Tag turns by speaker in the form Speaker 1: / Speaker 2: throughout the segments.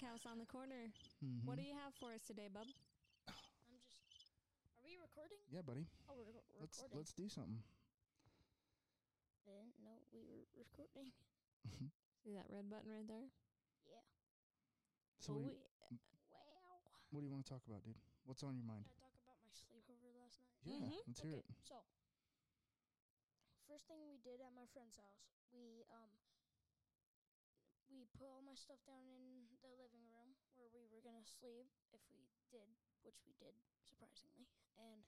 Speaker 1: House on the corner.
Speaker 2: Mm-hmm.
Speaker 1: What do you have for us today, bub?
Speaker 3: I'm just. Are we recording?
Speaker 2: Yeah, buddy.
Speaker 3: Oh, we're reco-
Speaker 2: Let's
Speaker 3: recording.
Speaker 2: let's do something.
Speaker 3: I didn't know we were recording.
Speaker 1: See that red button right there?
Speaker 3: Yeah.
Speaker 2: So,
Speaker 1: Well,
Speaker 2: what, do you-
Speaker 1: we,
Speaker 3: Wow.
Speaker 2: what do you want to talk about, dude? What's on your mind?
Speaker 3: Can I talk about my sleepover last night?
Speaker 2: Yeah,
Speaker 1: Mhm.
Speaker 2: let's hear
Speaker 3: okay,
Speaker 2: it.
Speaker 3: So, first thing we did at my friend's house, we um, we put all my stuff down in the living room where we were gonna sleep if we did, which we did surprisingly, and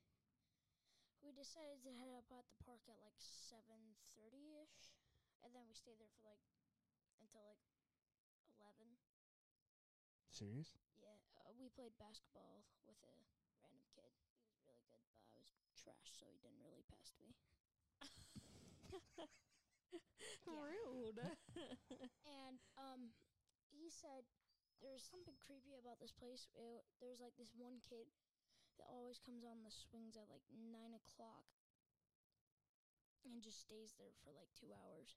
Speaker 3: we decided to head up at the park at like seven thirty ish, and then we stayed there for like until like eleven.
Speaker 2: Serious?
Speaker 3: Yeah, uh, we played basketball with a random kid. He was really good, but I was trash, so he didn't really pass to me. Yeah.
Speaker 1: Rude.
Speaker 3: And um, he said there was something creepy about this place. It, there was like this one kid that always comes on the swings at like nine o'clock and just stays there for like two hours.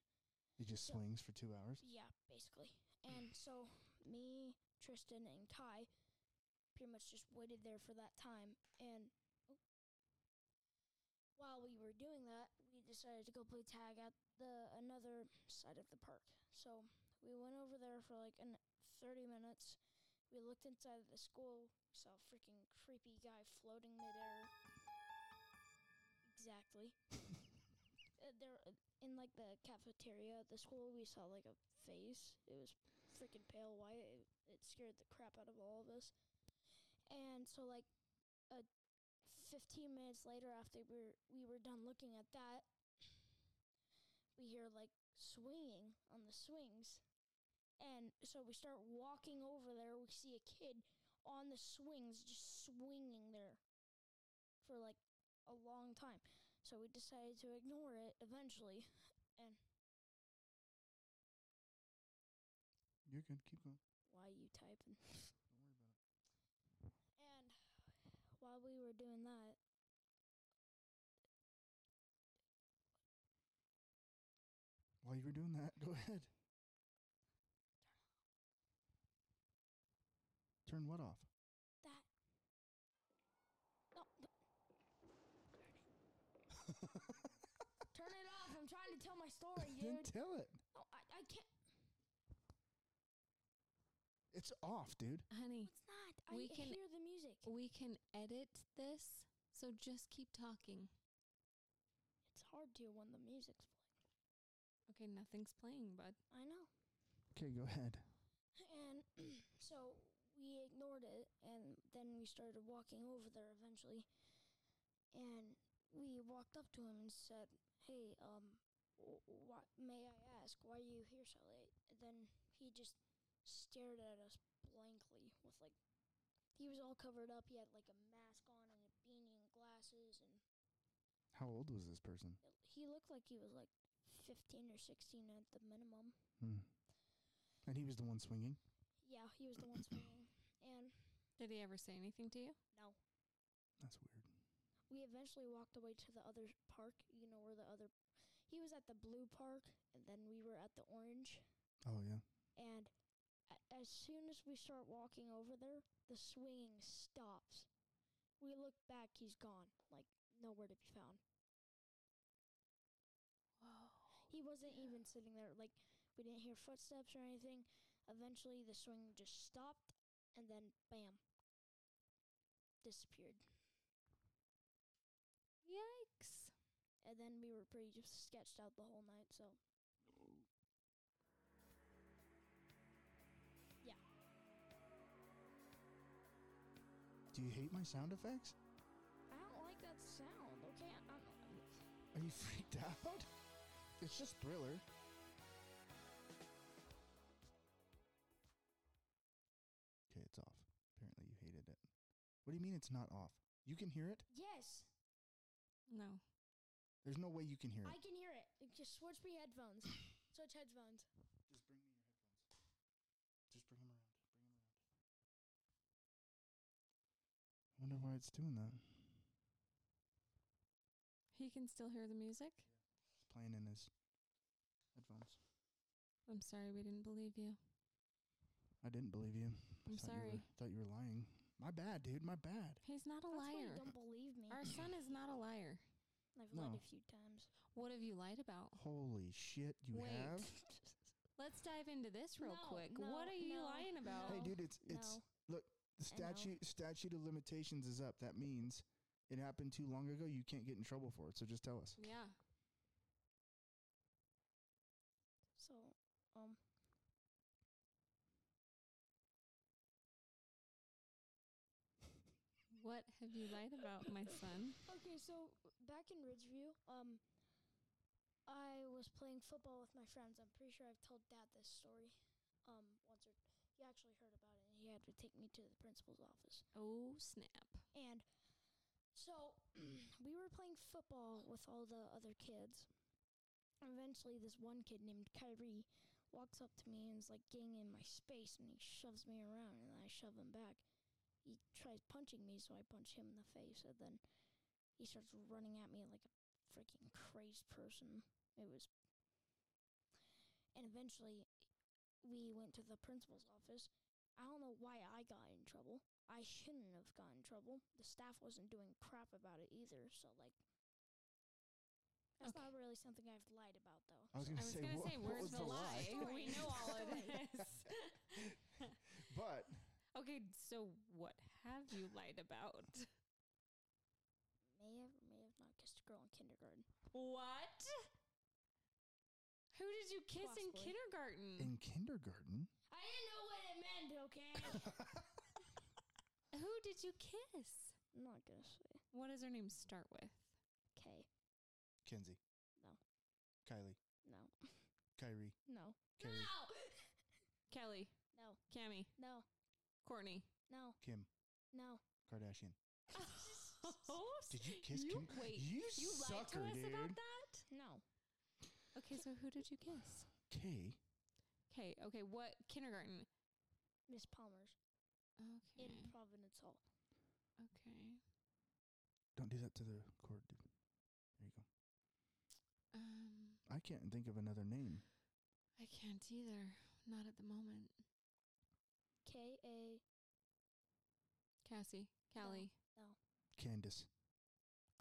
Speaker 2: He just
Speaker 3: So-
Speaker 2: swings for two hours.
Speaker 3: Yeah, basically. And so me, Tristan, and Kai pretty much just waited there for that time. And oh, while we were doing that, we decided to go play tag at the another side of the park. So we went over there for like an 30 minutes. We looked inside of the school, saw a freaking creepy guy floating midair. Exactly. Uh, there in like the cafeteria at the school we saw like a face it was freaking pale white it, it scared the crap out of all of us and so like uh, 15 minutes later after we were, we were done looking at that we hear like swinging on the swings and so we start walking over there we see a kid on the swings just swinging there for like a long time so we decided to ignore it eventually. And
Speaker 2: You're good. Keep going.
Speaker 3: why you typing?
Speaker 2: Don't worry about it.
Speaker 3: And while we were doing that,
Speaker 2: While you were doing that, go ahead. Turn what off?
Speaker 3: that no, th- turn it off. I'm trying to tell my story,
Speaker 2: Then
Speaker 3: dude.
Speaker 2: tell it.
Speaker 3: No, I, I can't.
Speaker 2: It's off, dude.
Speaker 1: Honey,
Speaker 3: It's not. I
Speaker 1: We can-
Speaker 3: hear the music.
Speaker 1: we can edit this, so just keep talking.
Speaker 3: It's hard to when the music's playing.
Speaker 1: Okay, nothing's playing, bud.
Speaker 3: I know.
Speaker 2: Okay, go ahead.
Speaker 3: And so we ignored it, and then we started walking over there eventually. And we walked up to him and said, "Hey, um, wh- why, may I ask why you here so late?" And then he just stared at us blankly with like he was all covered up. He had like a mask on and a beanie and glasses, and
Speaker 2: How old was this person?
Speaker 3: he looked like he was like fifteen or sixteen at the minimum.
Speaker 2: Hmm. And he was the one swinging.
Speaker 3: Yeah, he was the one swinging, and
Speaker 1: Did he ever say anything to you?
Speaker 3: no.
Speaker 2: That's weird.
Speaker 3: we eventually walked away to the other park. You know where the other he was at the blue park, and then we were at the orange.
Speaker 2: Oh yeah.
Speaker 3: And a- as soon as we start walking over there, the swinging stops. We look back; he's gone, like nowhere to be found.
Speaker 1: Whoa.
Speaker 3: He wasn't even sitting there. Like we didn't hear footsteps or anything. Eventually, the swing just stopped, and then bam, disappeared.
Speaker 1: Yikes.
Speaker 3: And then we were pretty just sketched out the whole night. So yeah.
Speaker 2: Do you hate my sound effects?
Speaker 3: I don't like that sound. Okay, I'm,
Speaker 2: Are you freaked out? It's just thriller. Okay, it's off. Apparently you hated it. What do you mean it's not off? You can hear it?
Speaker 3: yes,
Speaker 1: No.
Speaker 2: There's no way you can hear it.
Speaker 3: I can hear it. It Just switch me headphones. Switch headphones.
Speaker 2: Just bring me your headphones. Just bring them around. Bring them around. I wonder why it's doing that.
Speaker 1: He can still hear the music?
Speaker 2: It's playing in his headphones.
Speaker 1: I'm sorry we didn't believe you.
Speaker 2: I didn't believe you. I thought
Speaker 1: I'm
Speaker 2: You
Speaker 1: sorry.
Speaker 2: were, thought you were lying. My bad, dude. My bad.
Speaker 1: He's not a
Speaker 3: That's why you
Speaker 1: liar.
Speaker 3: don't believe me.
Speaker 1: Our son is not a liar.
Speaker 3: I've
Speaker 2: No.
Speaker 3: lied a few times.
Speaker 1: What have you lied about?
Speaker 2: Holy shit, you
Speaker 1: Wait.
Speaker 2: have.
Speaker 1: Let's dive into this real
Speaker 3: No,
Speaker 1: quick.
Speaker 3: no,
Speaker 1: what are you
Speaker 3: no,
Speaker 1: lying about?
Speaker 2: Hey,
Speaker 3: No,
Speaker 2: dude, it's it's
Speaker 3: Oh, no.
Speaker 2: look the
Speaker 3: I know.
Speaker 2: statute statute of limitations is up. That means it happened too long ago. You can't get in trouble for it. So just tell us.
Speaker 1: Yeah.
Speaker 3: So, um,
Speaker 1: What have you lied about, my son?
Speaker 3: okay, so back in Ridgeview, um, I was playing football with my friends. I'm pretty sure I've told Dad this story, um, once or he actually heard about it and he had to take me to the principal's office.
Speaker 1: Oh, snap.
Speaker 3: And so we were playing football with all the other kids. Eventually, this one kid named Kyrie walks up to me and is like getting in my space, and he shoves me around, and I shove him back. He tries punching me, so I punch him in the face, and then he starts running at me like a freaking crazed person. It was, and eventually, we went to the principal's office. I don't know why I got in trouble. I shouldn't have gotten in trouble. The staff wasn't doing crap about it either, so like that's
Speaker 1: Okay.
Speaker 3: not really something I've lied about though.
Speaker 2: I was gonna
Speaker 1: I was
Speaker 2: say,
Speaker 1: going to
Speaker 2: what,
Speaker 1: say,
Speaker 2: what was
Speaker 1: where's the lie?
Speaker 3: lie?
Speaker 1: We know all of this.
Speaker 2: but
Speaker 1: okay, so what have you lied about?
Speaker 3: May have may have not kissed a girl in kindergarten.
Speaker 1: What? Who did you kiss
Speaker 3: Possibly.
Speaker 1: in
Speaker 3: Mm-hmm.
Speaker 1: kindergarten?
Speaker 2: in kindergarten,
Speaker 3: I didn't know what it meant, okay?
Speaker 1: Who did you kiss?
Speaker 3: I'm not gonna say.
Speaker 1: What does her name start with?
Speaker 3: Okay.
Speaker 2: Kenzie,
Speaker 3: No.
Speaker 2: Kylie,
Speaker 3: No.
Speaker 2: Kyrie,
Speaker 3: No.
Speaker 2: Carrie,
Speaker 3: Ah!
Speaker 1: Kelly,
Speaker 3: No.
Speaker 1: Cammy,
Speaker 3: No.
Speaker 1: Courtney.
Speaker 3: No.
Speaker 2: Kim,
Speaker 3: No.
Speaker 2: Kardashian. Did you
Speaker 1: s-
Speaker 2: kiss
Speaker 1: Oh,
Speaker 2: Kim?
Speaker 1: you, Wait,
Speaker 2: you,
Speaker 1: you lied
Speaker 2: sucker,
Speaker 1: to us
Speaker 2: dude.
Speaker 1: about that?
Speaker 3: No.
Speaker 1: Okay, so who did you kiss?
Speaker 2: Kay,
Speaker 1: Okay, okay, what kindergarten?
Speaker 3: Miss Palmer's
Speaker 1: Okay,
Speaker 3: in Providence Hall.
Speaker 1: okay.
Speaker 2: don't do that to the cord, dude. There you go.
Speaker 1: Um,
Speaker 2: I can't think of another name.
Speaker 1: I can't either. Not at the moment.
Speaker 3: K A
Speaker 1: Cassie,
Speaker 3: No.
Speaker 1: Callie,
Speaker 2: Candace,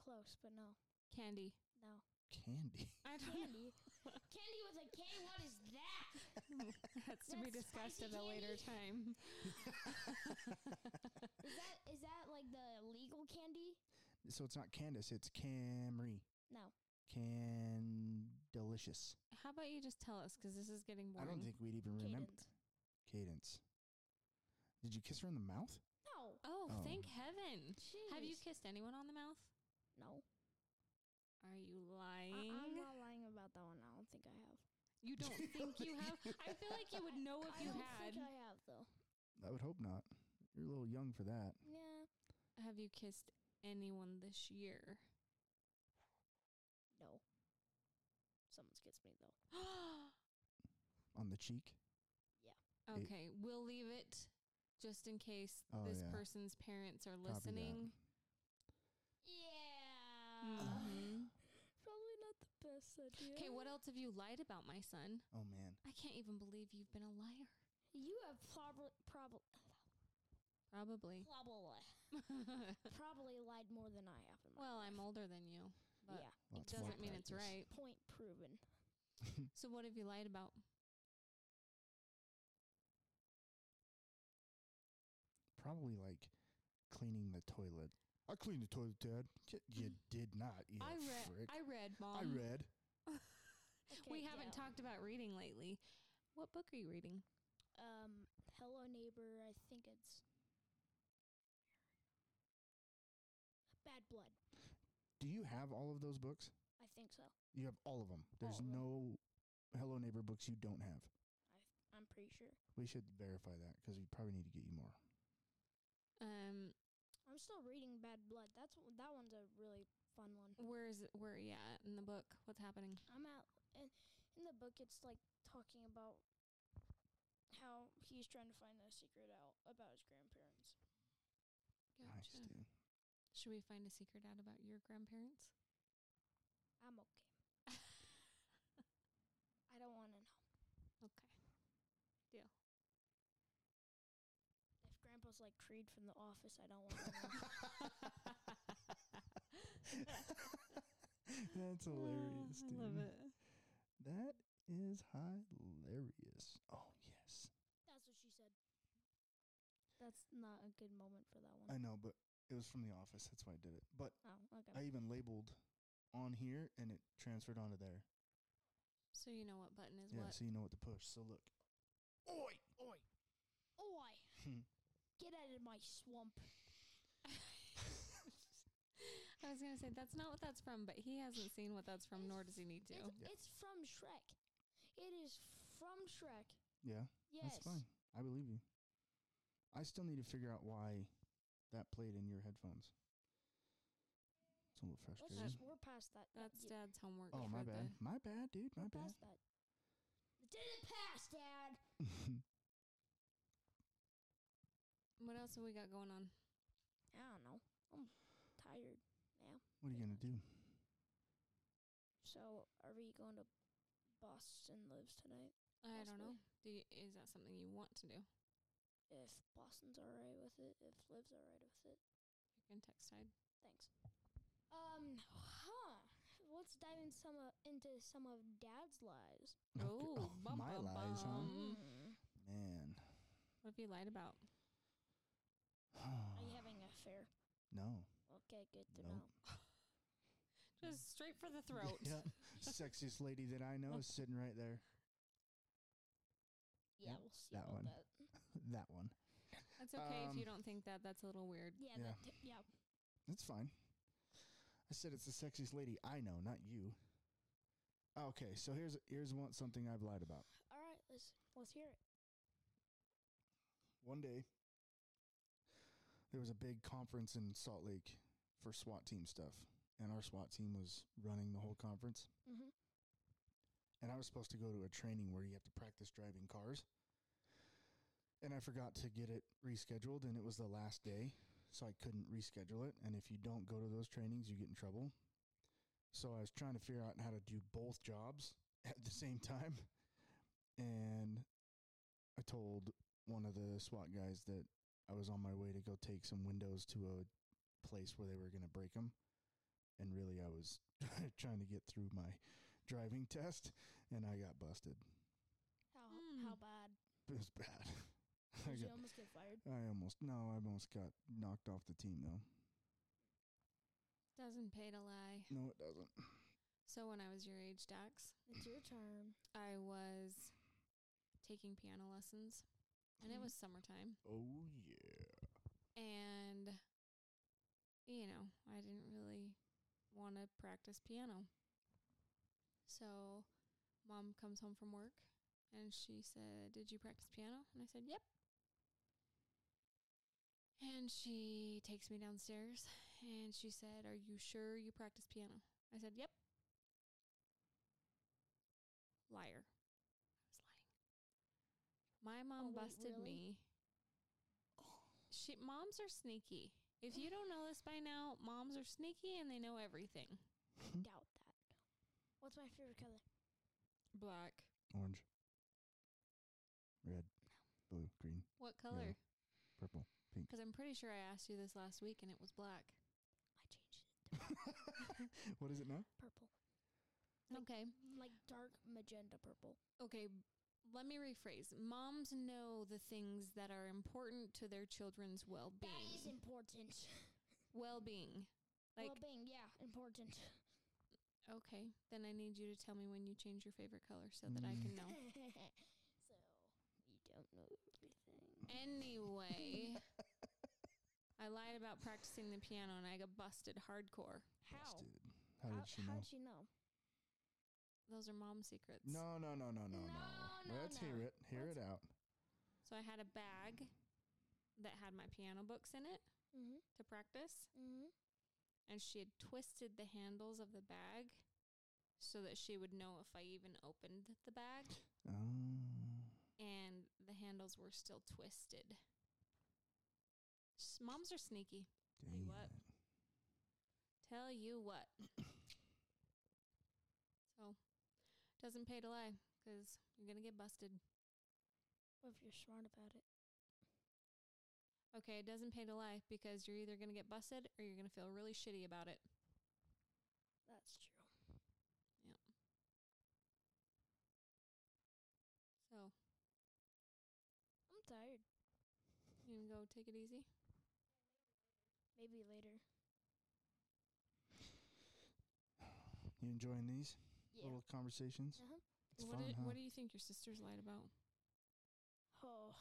Speaker 3: close, but no.
Speaker 1: Candy.
Speaker 3: No.
Speaker 2: Candy.
Speaker 1: I don't
Speaker 3: Candy. Candy with a K, what is that?
Speaker 1: That's to be
Speaker 3: That's
Speaker 1: discussed
Speaker 3: spicy
Speaker 1: at a later time.
Speaker 3: Is that is that like the legal candy?
Speaker 2: So it's not Candace. It's Camry.
Speaker 3: No.
Speaker 2: Can delicious.
Speaker 1: How about you just tell us, 'cause this is getting
Speaker 2: I
Speaker 1: boring.
Speaker 2: don't think we'd even remember.
Speaker 3: Cadence.
Speaker 2: Cadence. Did you kiss her in the mouth?
Speaker 3: No.
Speaker 1: Oh,
Speaker 2: Oh.
Speaker 1: thank heaven! Have you
Speaker 3: Jeez.
Speaker 1: kissed anyone on the mouth?
Speaker 3: No.
Speaker 1: Are you
Speaker 3: I,
Speaker 1: lying?
Speaker 3: I'm not lying about that one. I don't think I have.
Speaker 1: you don't think you have? I feel like you would know if
Speaker 3: I
Speaker 1: you
Speaker 3: don't
Speaker 1: had.
Speaker 3: think I have though.
Speaker 2: I would hope not. You're a little young for that.
Speaker 3: Yeah.
Speaker 1: Have you kissed anyone this year?
Speaker 3: No. Someone's gets me though.
Speaker 2: On the cheek. It-
Speaker 1: okay, we'll leave it just in case
Speaker 2: Oh,
Speaker 1: this
Speaker 2: yeah.
Speaker 1: person's parents are
Speaker 2: Copy that.
Speaker 1: listening.
Speaker 3: Yeah.
Speaker 1: Mhm.
Speaker 3: Probably not the best idea.
Speaker 1: Okay, what else have you lied about, my son?
Speaker 2: Oh man.
Speaker 1: I can't even believe you've been a liar.
Speaker 3: You have probably probably
Speaker 1: Probably.
Speaker 3: probably probably lied more than I have. In my
Speaker 1: well,
Speaker 3: life.
Speaker 1: I'm older than you. But
Speaker 3: yeah.
Speaker 2: Well,
Speaker 1: it
Speaker 2: it's
Speaker 1: doesn't
Speaker 2: white
Speaker 1: mean it's
Speaker 2: practice.
Speaker 1: right.
Speaker 3: Point proven.
Speaker 1: So what have you lied about?
Speaker 2: Probably like cleaning the toilet. I cleaned the toilet, Dad. Y- you did not. You
Speaker 1: Mm-hmm. I read.
Speaker 2: frick.
Speaker 1: I um read, mom.
Speaker 2: I read.
Speaker 1: we
Speaker 3: Okay,
Speaker 1: haven't
Speaker 3: yeah.
Speaker 1: talked about reading lately. What book are you reading?
Speaker 3: Um, hello neighbor. I think it's Bad Blood.
Speaker 2: Do you have all of those books?
Speaker 3: I think so.
Speaker 2: You have all of them. There's
Speaker 3: All of 'em.
Speaker 2: no Hello Neighbor books you don't have.
Speaker 3: I'm pretty sure.
Speaker 2: We should verify that because we probably need to get you more.
Speaker 1: Um,
Speaker 3: I'm still reading Bad Blood. That's w- that one's a really fun one.
Speaker 1: where is it, where are you at in the book? What's happening?
Speaker 3: I'm at in, in the book. It's like talking about how he's trying to find the secret out about his grandparents.
Speaker 2: Nice,
Speaker 1: Gotcha.
Speaker 2: dude.
Speaker 1: Should we find a secret out about your grandparents?
Speaker 3: I'm okay. I don't want to know.
Speaker 1: Okay. Deal.
Speaker 3: smells like Creed from The Office. I don't want one.
Speaker 2: That's hilarious,
Speaker 1: Oh,
Speaker 2: dude.
Speaker 1: I love it.
Speaker 2: That is hilarious. Oh yes,
Speaker 3: That's what she said. That's not a good moment for that
Speaker 2: I
Speaker 3: one.
Speaker 2: know, but it was from The Office. That's why I did it. But
Speaker 3: oh, okay.
Speaker 2: I even labeled on here, and it transferred onto there.
Speaker 1: So you know what button is
Speaker 2: yeah,
Speaker 1: what?
Speaker 2: so you know what to push. So look. Oi, oi.
Speaker 3: Oi!
Speaker 2: Hmm.
Speaker 3: Oh, Get out of my swamp.
Speaker 1: I was gonna say that's not what that's from, but he hasn't seen what that's from, nor does he need to.
Speaker 3: It's,
Speaker 2: Yeah.
Speaker 3: it's from Shrek. It is from Shrek.
Speaker 2: Yeah,
Speaker 3: Yes.
Speaker 2: that's fine. I believe you. I still need to figure out why that played in your headphones. It's a little
Speaker 3: Let's
Speaker 2: frustrating.
Speaker 3: just, we're past that.
Speaker 1: That's
Speaker 3: Yeah,
Speaker 1: Dad's homework.
Speaker 2: Oh, my bad.
Speaker 1: for the-
Speaker 2: My bad, dude. My
Speaker 3: we're
Speaker 2: bad.
Speaker 3: past that. It didn't pass, Dad.
Speaker 1: What else have we got going on?
Speaker 3: I don't know. I'm tired.
Speaker 2: what are you going to do?
Speaker 3: So, are we going to Boston Lives tonight?
Speaker 1: I don't
Speaker 3: Possibly.
Speaker 1: know. Do you, is that something you want to do?
Speaker 3: If Boston's alright with it, if Liv's alright with it,
Speaker 1: You can text side.
Speaker 3: thanks. Um, huh? Let's dive in some of, into some of Dad's lies.
Speaker 1: Oh, bum,
Speaker 2: my
Speaker 1: bum,
Speaker 2: lies, huh?
Speaker 1: bum.
Speaker 3: Mm.
Speaker 2: Man.
Speaker 1: What have you lied about?
Speaker 3: Are you having an affair?
Speaker 2: no.
Speaker 3: Okay, good to
Speaker 2: Nope.
Speaker 3: know.
Speaker 1: Just straight for the throat.
Speaker 2: Yeah. Sexiest lady that I know is sitting right there.
Speaker 3: Yeah,
Speaker 2: Yep,
Speaker 3: we'll see
Speaker 2: that
Speaker 3: about
Speaker 2: one.
Speaker 3: that.
Speaker 2: That one.
Speaker 1: That's okay if
Speaker 2: Um,
Speaker 1: you don't think that. That's a little weird.
Speaker 3: Yeah,
Speaker 2: Yeah.
Speaker 3: That t- yeah.
Speaker 2: That's fine. I said it's the sexiest lady I know, not you. Okay, so here's here's one something I've lied about.
Speaker 3: All right, let's let's hear it.
Speaker 2: One day, there was a big conference in Salt Lake for SWAT team stuff, and our SWAT team was running the whole conference.
Speaker 3: Mm-hmm.
Speaker 2: And I was supposed to go to a training where you have to practice driving cars, and I forgot to get it rescheduled, and it was the last day, so I couldn't reschedule it. And if you don't go to those trainings, you get in trouble. So I was trying to figure out how to do both jobs at the same time, and I told one of the SWAT guys that I was on my way to go take some windows to a place where they were going to break 'em, And really, I was trying to get through my driving test and I got busted.
Speaker 3: How
Speaker 1: Mm.
Speaker 3: how bad?
Speaker 2: It was bad. I,
Speaker 3: Did you
Speaker 2: got,
Speaker 3: almost get fired?
Speaker 2: I almost, no, I almost got knocked off the team though.
Speaker 1: Doesn't pay to lie.
Speaker 2: No, it doesn't.
Speaker 1: So when I was your age, Dax,
Speaker 3: It's your turn.
Speaker 1: I was taking piano lessons, and it
Speaker 3: Mhm.
Speaker 1: was summertime,
Speaker 2: Oh, yeah.
Speaker 1: and you know I didn't really want to practice piano. So, mom comes home from work, and she said, "Did you practice piano?" And I said, "Yep." And she takes me downstairs, and she said, "Are you sure you practice piano?" I said, "Yep." Liar. I was lying. My
Speaker 3: Oh,
Speaker 1: mom
Speaker 3: wait,
Speaker 1: busted
Speaker 3: really?
Speaker 1: me. She, moms are sneaky. If you don't know this by now, moms are sneaky and they know everything.
Speaker 2: Hmm?
Speaker 3: Doubt that. What's my favorite color?
Speaker 1: Black.
Speaker 2: Orange, red, blue, green,
Speaker 1: What color?
Speaker 2: purple.
Speaker 1: Because I'm pretty sure I asked you this last week and it was black.
Speaker 3: I changed it.
Speaker 2: what is it now?
Speaker 3: Purple.
Speaker 1: Okay.
Speaker 3: Like dark magenta purple.
Speaker 1: Okay. Let me rephrase. Moms know the things that are important to their children's
Speaker 3: That is
Speaker 1: well-being.
Speaker 3: important.
Speaker 1: Well-being. Like,
Speaker 3: well, being, yeah, important.
Speaker 1: okay, then I need you to tell me when you change your favorite color so that I can know.
Speaker 3: so, you don't know everything.
Speaker 1: Anyway, I lied about practicing the piano and I got busted hardcore.
Speaker 3: How?
Speaker 2: Busted. How, did she know?
Speaker 3: How'd she know?
Speaker 1: Those are mom secrets.
Speaker 2: No, no, no, no, no, no.
Speaker 3: No, no,
Speaker 2: Let's
Speaker 3: no.
Speaker 2: hear it. Hear it
Speaker 3: Let's-
Speaker 2: out.
Speaker 1: So I had a bag that had my piano books in it
Speaker 3: Mm-hmm.
Speaker 1: to practice,
Speaker 3: Mm-hmm.
Speaker 1: and she had twisted the handles of the bag so that she would know if I even opened the bag,
Speaker 2: Oh.
Speaker 1: and the handles were still twisted. S- Moms are sneaky. Tell you
Speaker 2: dang
Speaker 1: what.
Speaker 2: it.
Speaker 1: Tell you what. so, doesn't pay to lie because you're going to get busted.
Speaker 3: What if you're smart about it?
Speaker 1: okay, it doesn't pay to lie because you're either going to get busted or you're going to feel really shitty about it.
Speaker 3: That's true.
Speaker 1: So,
Speaker 3: I'm tired.
Speaker 1: you can go take it easy.
Speaker 3: Maybe later.
Speaker 2: You enjoying these
Speaker 3: Yeah.
Speaker 2: little conversations?
Speaker 3: Uh-huh.
Speaker 2: It's
Speaker 1: what,
Speaker 2: fun,
Speaker 1: did,
Speaker 2: huh?
Speaker 1: what do you think your sisters lied about?
Speaker 3: Oh.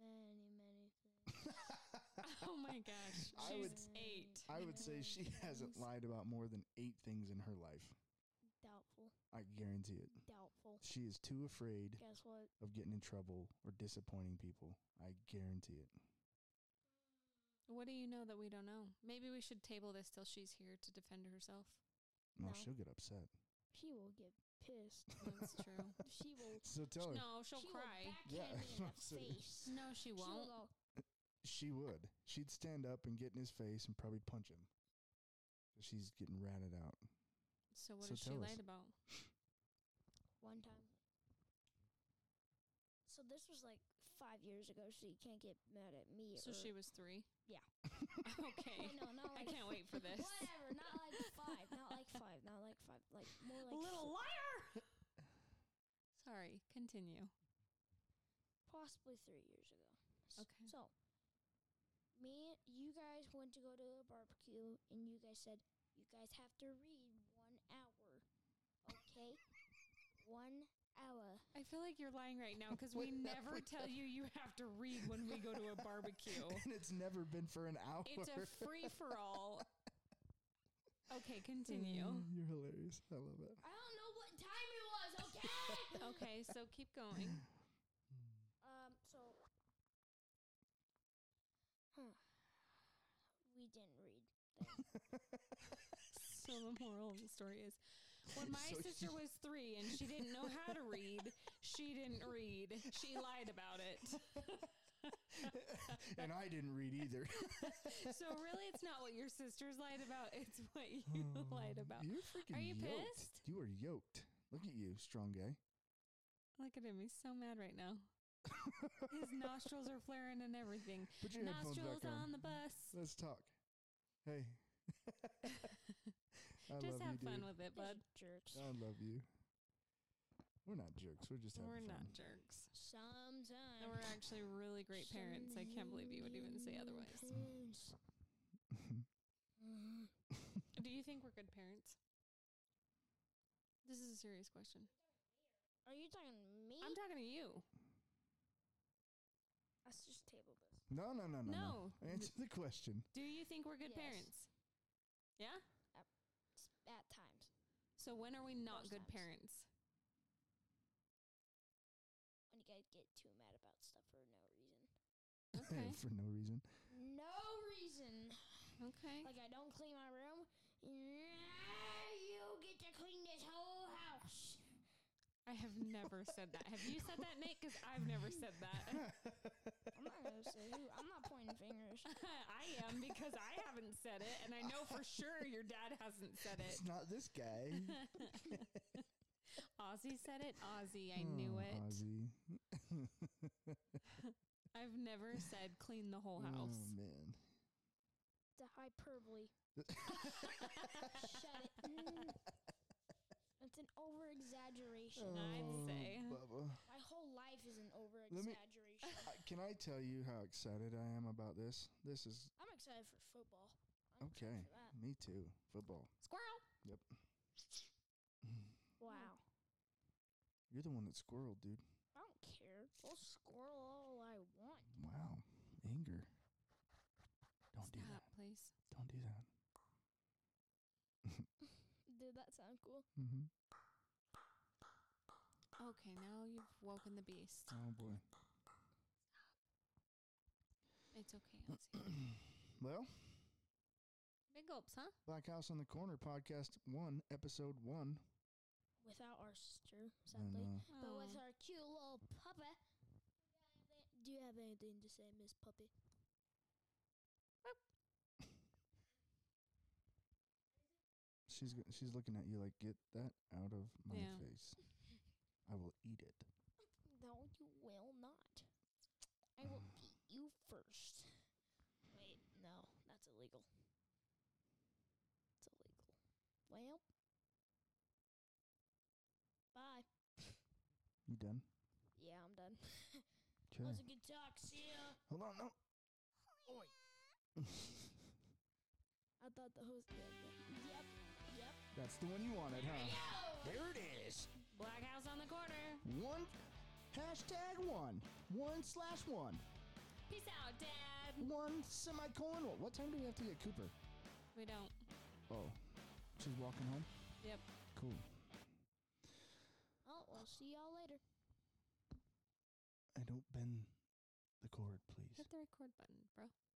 Speaker 3: Many, many things.
Speaker 1: oh my gosh.
Speaker 2: I
Speaker 1: She's
Speaker 2: would-
Speaker 1: eight.
Speaker 2: I would say she hasn't
Speaker 3: Things.
Speaker 2: lied about more than eight things in her life.
Speaker 3: Doubtful.
Speaker 2: I guarantee it.
Speaker 3: Doubtful.
Speaker 2: She is too afraid
Speaker 3: Guess what?
Speaker 2: of getting in trouble or disappointing people. I guarantee it.
Speaker 1: What do you know that we don't know? Maybe we should table this till she's here to defend herself.
Speaker 2: No,
Speaker 3: No.
Speaker 2: she'll get upset.
Speaker 3: She will get pissed.
Speaker 1: That's true.
Speaker 3: she will.
Speaker 2: So tell her
Speaker 1: No, she'll
Speaker 3: she
Speaker 1: cry.
Speaker 3: Will
Speaker 2: Yeah, that's
Speaker 3: backhand me
Speaker 2: what I'm
Speaker 3: in the
Speaker 2: saying.
Speaker 3: face.
Speaker 1: No, she
Speaker 3: She will
Speaker 1: won't.
Speaker 3: go,
Speaker 2: she would. She'd stand up and get in his face and probably punch him. 'Cause She's getting ratted out.
Speaker 1: So what
Speaker 2: So
Speaker 1: has she
Speaker 2: tell us.
Speaker 1: lied about?
Speaker 3: one time. So this was like five years ago, so you can't get mad at me.
Speaker 1: So
Speaker 3: or
Speaker 1: she was three?
Speaker 3: Yeah.
Speaker 1: okay.
Speaker 3: Oh, no, not
Speaker 1: I
Speaker 3: like
Speaker 1: can't wait for this.
Speaker 3: Whatever, not like five, not like five, not like five, like more like
Speaker 1: Little
Speaker 3: four,
Speaker 1: liar! Sorry, continue.
Speaker 3: possibly three years ago. S-
Speaker 1: Okay.
Speaker 3: So, me, you guys went to go to a barbecue, and you guys said you guys have to read one hour, okay? one hour.
Speaker 1: I feel like you're lying right now because we
Speaker 2: Wait, that
Speaker 1: never
Speaker 2: was-
Speaker 1: tell you you have to read when we go to a barbecue.
Speaker 2: and it's never been for an hour.
Speaker 1: It's a free for all. Okay, continue.
Speaker 2: Mm, You're hilarious. I love it.
Speaker 3: I don't know what time it was, okay?
Speaker 1: Okay, so keep going.
Speaker 3: um, so, huh? We didn't read.
Speaker 1: So the moral of the story is when my
Speaker 2: So
Speaker 1: sister
Speaker 2: she-
Speaker 1: was three and she didn't know how to read, she didn't read. She lied about it.
Speaker 2: and I didn't read either.
Speaker 1: So really it's not what your sisters lied about, it's what you
Speaker 2: Hmm.
Speaker 1: lied about.
Speaker 2: You're freaking
Speaker 1: Are you
Speaker 2: yoked.
Speaker 1: pissed?
Speaker 2: You are yoked. Look at you, strong guy.
Speaker 1: Look at him, he's so mad right now. His nostrils are flaring and everything.
Speaker 2: Put your headphones
Speaker 1: Nostrils
Speaker 2: back on.
Speaker 1: on the bus.
Speaker 2: Let's talk. Hey. I love
Speaker 1: Just have
Speaker 2: you,
Speaker 1: fun
Speaker 2: dude.
Speaker 1: with it, bud.
Speaker 3: jerks.
Speaker 2: I love you. We're not jerks. We're just having
Speaker 1: We're
Speaker 2: fun.
Speaker 1: not jerks.
Speaker 3: Sometimes.
Speaker 1: And we're actually really great parents. I can't believe you would even say otherwise.
Speaker 3: Sometimes. Mhm.
Speaker 1: Do you think we're good parents? This is a serious question.
Speaker 3: Are you talking to me?
Speaker 1: I'm talking to you.
Speaker 3: Let's just table this.
Speaker 2: no, no, no, no,
Speaker 1: No.
Speaker 2: Answer the question.
Speaker 1: Do you think we're good
Speaker 3: Yes.
Speaker 1: parents? Yeah?
Speaker 3: S- At times,
Speaker 1: So when are we not
Speaker 3: Most
Speaker 1: good
Speaker 3: times.
Speaker 1: parents?
Speaker 3: when you guys get too mad about stuff for no reason.
Speaker 1: Okay.
Speaker 2: For no reason.
Speaker 3: No reason.
Speaker 1: okay.
Speaker 3: Like I don't clean my room. You get to clean this whole house.
Speaker 1: I have never said that. Have you said that, Nate? Because I've never said that.
Speaker 3: I'm not gonna say who. I'm not pointing fingers.
Speaker 1: I am because I haven't said it, and I know for sure your dad hasn't said it.
Speaker 2: it's not this guy.
Speaker 1: Ozzy said it. Hmm, Ozzy, I knew
Speaker 2: Oh,
Speaker 1: it.
Speaker 2: Ozzy.
Speaker 1: I've never said clean the whole
Speaker 2: Oh
Speaker 1: house.
Speaker 2: man.
Speaker 3: The hyperbole. Shut it. Mm. It's an over exaggeration.
Speaker 1: I'd say.
Speaker 2: Oh, Bubba.
Speaker 3: My whole life is an over
Speaker 2: Let me-
Speaker 3: exaggeration.
Speaker 2: Uh, can I tell you how excited I am about this? This is
Speaker 3: I'm excited for football. I'm excited
Speaker 2: okay.
Speaker 3: For that.
Speaker 2: Me too. Football.
Speaker 1: Squirrel.
Speaker 3: Wow.
Speaker 2: You're the one that squirreled, dude.
Speaker 3: I don't care. I'll squirrel all I want.
Speaker 2: Wow. Anger. Don't do
Speaker 1: Stop,
Speaker 2: that.
Speaker 1: please.
Speaker 2: Don't do that.
Speaker 3: Did that sound cool?
Speaker 2: Mm-hmm.
Speaker 1: Okay, now you've woken the beast.
Speaker 2: Oh boy.
Speaker 1: It's okay, Ozzy.
Speaker 2: Well,
Speaker 1: Big gulps, huh?
Speaker 2: Black House on the Corner podcast one, episode one.
Speaker 3: Without our sister,
Speaker 2: And,
Speaker 3: sadly.
Speaker 2: uh,
Speaker 3: But with
Speaker 1: Oh.
Speaker 3: our cute little puppy. Do you have anything to say, Miss Puppy?
Speaker 2: she's go- she's looking at you like, get that out of my
Speaker 1: Yeah.
Speaker 2: face. I will eat it.
Speaker 3: No, you will not. I will eat you illegal. It's illegal. Well, bye.
Speaker 2: You done?
Speaker 3: Yeah, I'm done. That
Speaker 2: Okay.
Speaker 3: was a good talk. See ya.
Speaker 2: Hold on, no.
Speaker 1: Oh,
Speaker 2: Oi.
Speaker 3: I thought the host. Yeah, yeah. Yep. Yep.
Speaker 2: That's the one you wanted, huh?
Speaker 3: Yo!
Speaker 2: There it is.
Speaker 1: Black House on the corner.
Speaker 2: One hashtag one. One slash one.
Speaker 1: Peace out, Dad.
Speaker 2: One semicolon. one. What time do we have to get Cooper?
Speaker 1: We don't.
Speaker 2: Oh, she's walking home?
Speaker 1: Yep.
Speaker 2: Cool.
Speaker 3: Oh, well, see y'all later.
Speaker 2: I don't bend the cord, please.
Speaker 1: Hit the record button, bro.